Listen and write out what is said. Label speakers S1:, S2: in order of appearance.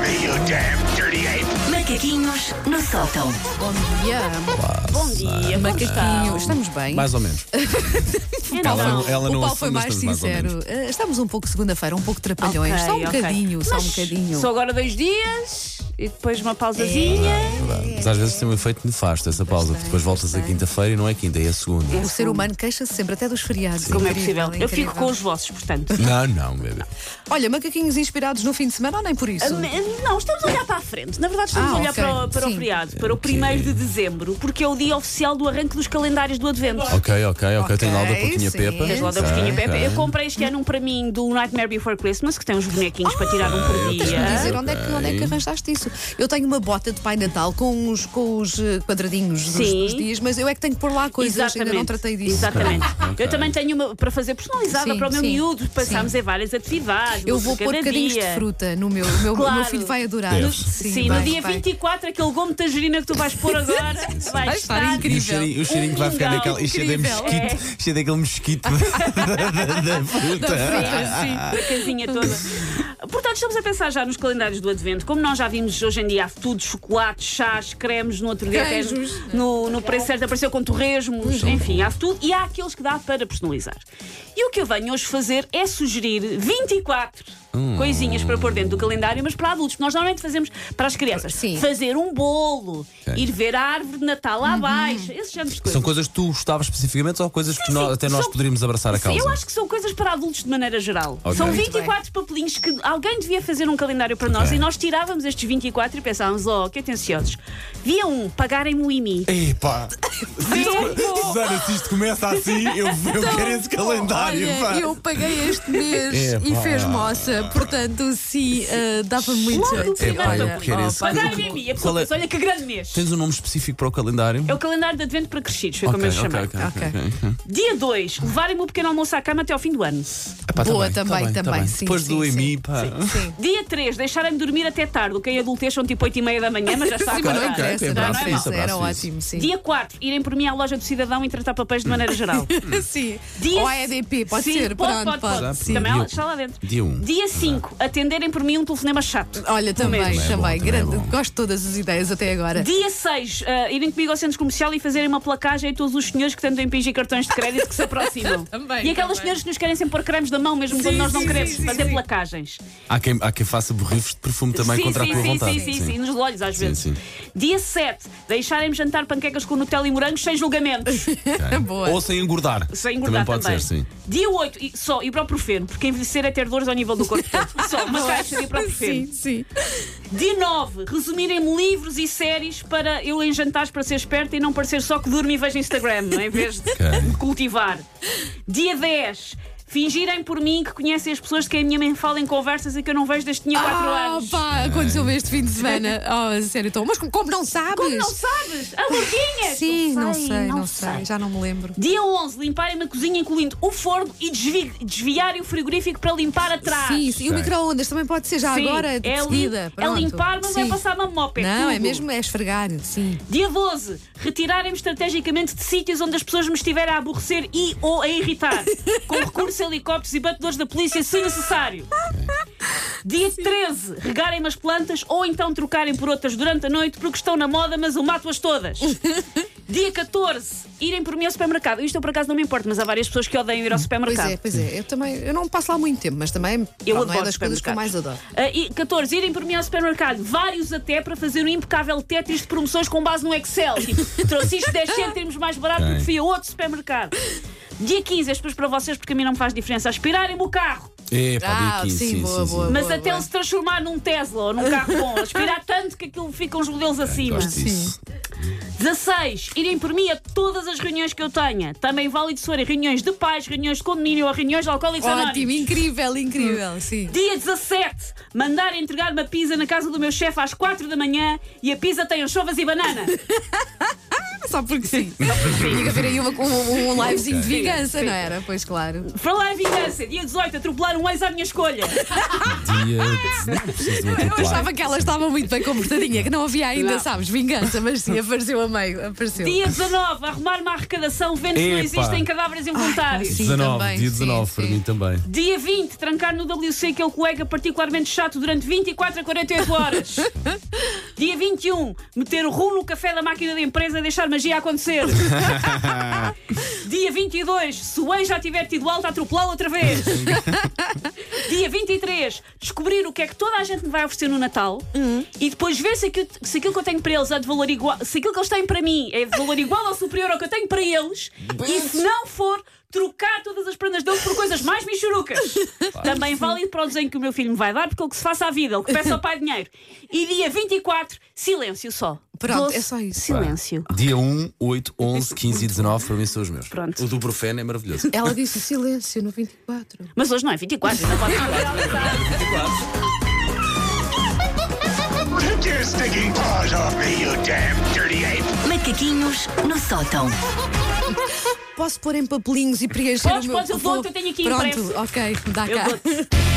S1: me, you damn dirty ape!
S2: Macaquinhos no sótão.
S3: Bom dia.
S4: Bom dia, como
S3: Macaquinho, estamos bem.
S5: Mais ou menos.
S4: estão?
S5: Ela
S4: Então,
S5: não- ela
S3: o
S5: não
S3: Paulo
S5: assume,
S3: foi
S5: mas
S3: mais
S5: estamos mais
S3: sincero.
S5: ou
S3: Eh, estamos um pouco segunda-feira, um pouco trapalhões.
S4: ok,
S3: só um
S4: ok.
S3: bocadinho, só um
S4: Mas
S3: bocadinho.
S4: Só agora dois dias e depois uma pausazinha.
S5: Mas às vezes tem um efeito nefasto essa pausa, porque depois voltas à quinta-feira e não é quinta, é a segunda.
S3: O ser humano queixa-se sempre, até dos feriados.
S4: um. Como é
S3: Incrível,
S4: possível? Eu
S3: incrível.
S4: fico com os vossos, portanto.
S5: Não, não, bebê.
S3: Olha, macaquinhos inspirados no fim de semana ou nem por isso?
S4: Mas, Não, estamos a olhar para a frente. Na verdade, estamos
S3: Ah,
S4: a olhar
S3: ok.
S4: para, o- para o
S3: Sim.
S4: feriado, para o
S5: Ok.
S4: 1 de dezembro, porque é o dia oficial do arranque dos calendários do Advento.
S5: Ok, ok, ok. Tenho lá o da Pouquinha
S3: sim.
S5: Pepa.
S3: Tens
S4: Lá da
S5: Ok,
S4: Boquinha Pepe.
S5: ok.
S4: Eu comprei este ano um para mim do Nightmare Before Christmas, que tem uns bonequinhos para tirar um por
S5: tens
S3: Quer
S4: dia.
S3: dizer, onde é, que, onde é que
S5: Ok.
S3: arranjaste isso? Eu tenho uma bota de Pai Natal com os, com os eh, quadradinhos dos,
S4: Sim.
S3: dos dias, mas eu é que tenho que pôr lá coisas, ainda não tratei disso.
S4: Exatamente.
S5: Ok.
S4: Eu também tenho uma para fazer personalizada
S3: Sim,
S4: para o meu
S3: sim.
S4: miúdo. Passámos em várias atividades.
S3: Eu
S4: uma
S3: vou
S4: por
S3: pôr
S4: cada
S3: bocadinhos
S4: dia.
S3: de fruta no meu. O meu, o
S4: Claro.
S3: meu filho vai adorar.
S5: Deve.
S4: Sim, no
S3: vai,
S4: dia
S3: vai.
S4: 24, aquele gomo de tangerina que tu vais pôr agora vai
S3: Vai estar
S4: estar
S3: incrível.
S5: E o cheirinho, o cheirinho que vai ficar
S4: Incrível.
S5: naquela. E cheio de
S3: Incrível.
S5: mosquito. Cheio daquele mosquito da, da fruta.
S4: Sim, sim, a casinha toda. Portanto, estamos a pensar já nos calendários do Advento. Como nós já vimos hoje em dia, há tudo: chocolates, chás, cremes. No outro dia, até
S3: Queijos.
S4: no, no preço certo, apareceu com torresmos. Enfim, há tudo. E há aqueles que dá para personalizar. E o que eu venho hoje fazer é sugerir 24 coisinhas para pôr dentro do calendário, mas para adultos. Nós normalmente fazemos para as crianças:
S3: Sim. Uhum.
S4: fazer um bolo,
S5: Ok.
S4: ir ver a árvore de Natal lá abaixo. Esses géneros de coisas.
S5: São coisas que tu gostavas especificamente ou coisas que nós- até nós
S4: São-
S5: poderíamos abraçar a
S4: Sim,
S5: causa?
S4: Eu acho que são coisas para adultos de maneira geral.
S5: Ok.
S4: São
S5: Muito
S4: 24 papelinhos que alguém devia fazer um calendário para nós e nós tirávamos estes 24 e pensávamos, oh, que atenciosos. Dia 1, pagarem-me o
S5: É
S4: IMI.
S5: Epá!
S4: um,
S5: é
S4: Sim.
S5: Susana, se isto começa assim, eu, eu quero esse calendário. pá.
S3: Olha, eu paguei este mês
S5: Epá.
S3: e fez moça, portanto, sim, eh, dava muito
S4: Logo
S3: jeito.
S4: que
S5: Epá, eu quero esse.
S4: Pagarem-me o IMI. A pessoa
S5: Qual é-
S4: pensa, olha que grande mês.
S5: Tens um nome específico para o calendário?
S4: É o calendário de advento para crescidos, foi como eu lhe chamei.
S5: ok,
S3: Ok.
S5: ok, ok.
S4: Dia 2, levarem-me o pequeno almoço à cama até ao fim do ano.
S5: Epá, tá
S3: Boa,
S5: bem,
S3: também,
S5: tá bem, tá
S3: também,
S5: bem.
S3: sim,
S5: Depois
S3: sim,
S5: do
S3: sim.
S5: EMI, pá.
S3: Sim.
S4: Dia 3, deixarem-me dormir até tarde. Quem adultez são tipo 8 e meia da manhã, mas já está a
S3: Sim, mas não
S5: Ok,
S4: acabar.
S3: interessa,
S5: ok,
S3: não
S5: é um
S3: é?
S5: abraço
S3: interessa,
S5: isso,
S3: era
S5: abraço isso.
S3: ótimo, sim.
S4: Dia 4, irem por mim à loja do cidadão e tratar papéis de maneira geral.
S3: sim.
S4: Dia
S3: Ou é a EDP, pode
S4: Sim,
S3: ser,
S4: pode,
S3: pronto,
S4: pode, pode.
S5: pode.
S3: Sim.
S5: Dia
S4: Também ela
S5: um.
S4: está lá dentro.
S5: Dia um.
S4: Dia 5, atenderem por mim um telefonema chato.
S3: Olha, também,
S4: Também
S3: também,
S4: é
S5: bom, também é
S3: grande,
S5: bom.
S3: gosto de todas as ideias até agora.
S4: Dia 6, irem comigo ao centro comercial e fazerem uma placagem a todos os senhores que tentam impingir cartões de crédito que se aproximam.
S3: Também,
S4: e aquelas
S3: também.
S4: senhoras que nos querem sempre pôr cremes da mão, mesmo quando nós não
S3: sim,
S4: queremos
S3: sim,
S4: fazer
S3: sim.
S4: placagens.
S5: Há quem, há quem faça borrifos de perfume também
S4: sim,
S5: contra
S4: sim,
S5: a tua
S4: sim,
S5: vontade.
S4: sim, sim, sim, nos olhos às
S5: Sim,
S4: vezes.
S5: sim.
S4: Dia 7, deixarem-me jantar panquecas com Nutella e morangos sem julgamentos.
S5: Ok.
S3: Boa.
S5: Ou sem engordar.
S4: Sem
S5: Também
S4: engordar
S5: pode
S4: também.
S5: ser, sim.
S4: Dia 8, e, só ibuprofeno, porque envelhecer é ter dores ao nível do corpo todo. Só uma
S5: é?
S4: caixa de ibuprofeno.
S3: Sim, sim.
S4: Dia 9, resumirem-me livros e séries para eu em jantares para ser esperta e não parecer só que durmo e vejo Instagram, é? em vez de
S5: Ok.
S4: me cultivar. Dia 10, fingirem por mim que conhecem as pessoas de quem a minha mãe fala em conversas e que eu não vejo desde que tinha 4
S3: Ah,
S4: anos.
S3: pá, aconteceu este fim de semana. Oh, sério, então. Mas como- como não sabes?
S4: Como não sabes? A gordinha!
S3: Sim, não sei, não, sei. Já não me lembro.
S4: Dia 11, limparem-me a cozinha, incluindo o forno e desvi- desviarem o frigorífico para limpar atrás.
S3: Sim, sim. E o
S5: Ok.
S3: micro-ondas também pode ser já
S4: Sim,
S3: agora, de
S4: é, lim-
S3: seguida.
S4: é
S3: pronto.
S4: limpar, mas é
S3: Sim.
S4: passar uma mopa.
S3: Não, é
S4: tudo.
S3: mesmo é esfregar, sim.
S4: Dia 12, retirarem-me estrategicamente de sítios onde as pessoas me estiverem a aborrecer e ou a irritar, com recurso a helicópteros e batedores da polícia se necessário. Dia 13, regarem-me as plantas ou então trocarem por outras durante a noite porque estão na moda, mas eu mato-as todas. Dia 14, irem por mim ao supermercado. Isto eu por acaso não me importo, mas há várias pessoas que odeiam ir ao
S3: Pois
S4: supermercado.
S3: é, pois é. Eu também, eu não passo lá muito tempo, mas também pá,
S4: Eu
S3: não
S4: adoro
S3: é das coisas que eu mais adoro.
S4: supermercados. Ah, e 14, irem por mim ao supermercado, vários até, para fazer um impecável Tetris de promoções com base no Excel. Tipo, trouxe isto 10 cêntimos mais barato do
S5: Bem.
S4: que fui a outro supermercado. Dia 15, as pessoas para vocês, porque a mim não me faz diferença. Aspirarem-me o carro,
S5: Epá, dia
S3: Ah,
S5: 15,
S3: sim,
S5: sim,
S3: boa,
S5: sim, sim.
S3: boa.
S4: mas até ele se transformar num Tesla ou num carro bom. Aspirar tanto que aquilo ficam os modelos acima.
S5: É, Gosto disso.
S4: 16. Irem por mim a todas as reuniões que eu tenha. Também válido se forem reuniões de pais, reuniões de condomínio ou reuniões de alcoólicos
S3: Ótimo,
S4: anónimos.
S3: incrível,
S4: Hum.
S3: incrível, sim.
S4: Dia 17, mandar entregar uma pizza na casa do meu chefe às 4 da manhã e a pizza tem anchovas e banana.
S3: Só porque sim. Tinha que haver aí uma- um, um livezinho de vingança, não era? Pois claro.
S4: Para lá em vingança, dia 18, atropelar um ex à minha escolha.
S5: Dia. Não preciso de um
S3: Eu
S5: atropelar.
S3: achava que ela estava muito bem comportadinha, que não havia ainda, sabes, vingança, mas sim, apareceu a meio. Apareceu.
S4: Dia 19, arrumar uma arrecadação vendo que não
S5: Epa.
S4: existem cadáveres involuntários.
S3: sim.
S5: 19,
S3: também,
S5: dia
S3: sim,
S5: 19 para
S3: sim.
S5: mim também.
S4: Dia 20, trancar no WC aquele colega particularmente chato durante 24 a 48 horas. Dia 21, meter o rum no café da máquina da empresa e deixar magia acontecer. Dia 22, se o ex já tiver tido alta, atropelá-lo outra vez. Dia 23, descobrir o que é que toda a gente me vai oferecer no Natal
S3: Hum.
S4: e depois ver se aquilo, se aquilo que eu tenho para eles é de valor igual, se aquilo que eles têm para mim é de valor igual ou superior ao que eu tenho para eles e se não for, trocar todas as prendas deles por coisas mais michurucas. Também válido para o desenho que o meu filho me vai dar, porque ele que se faça à vida, ele que peça ao pai dinheiro. E dia 24, silêncio só.
S3: Pronto,
S4: Doce
S3: é só isso.
S4: Silêncio.
S5: Dia 1, 8, 11, 15 e 19 para mim são os meus.
S4: Pronto.
S5: O do Profeno é maravilhoso.
S3: Ela disse silêncio no 24.
S4: Mas hoje não é 24, ainda pode
S1: Take your stinking paws off me, you damn dirty ape!
S2: Macaquinhos no sótão.
S3: Posso pôr em papelinhos e preencher
S4: Podes,
S3: o meu...
S4: podes, eu dou-te, eu tenho aqui
S3: Pronto,
S4: impresso.
S3: ok, dá
S4: Eu
S3: cá.
S4: dou-te.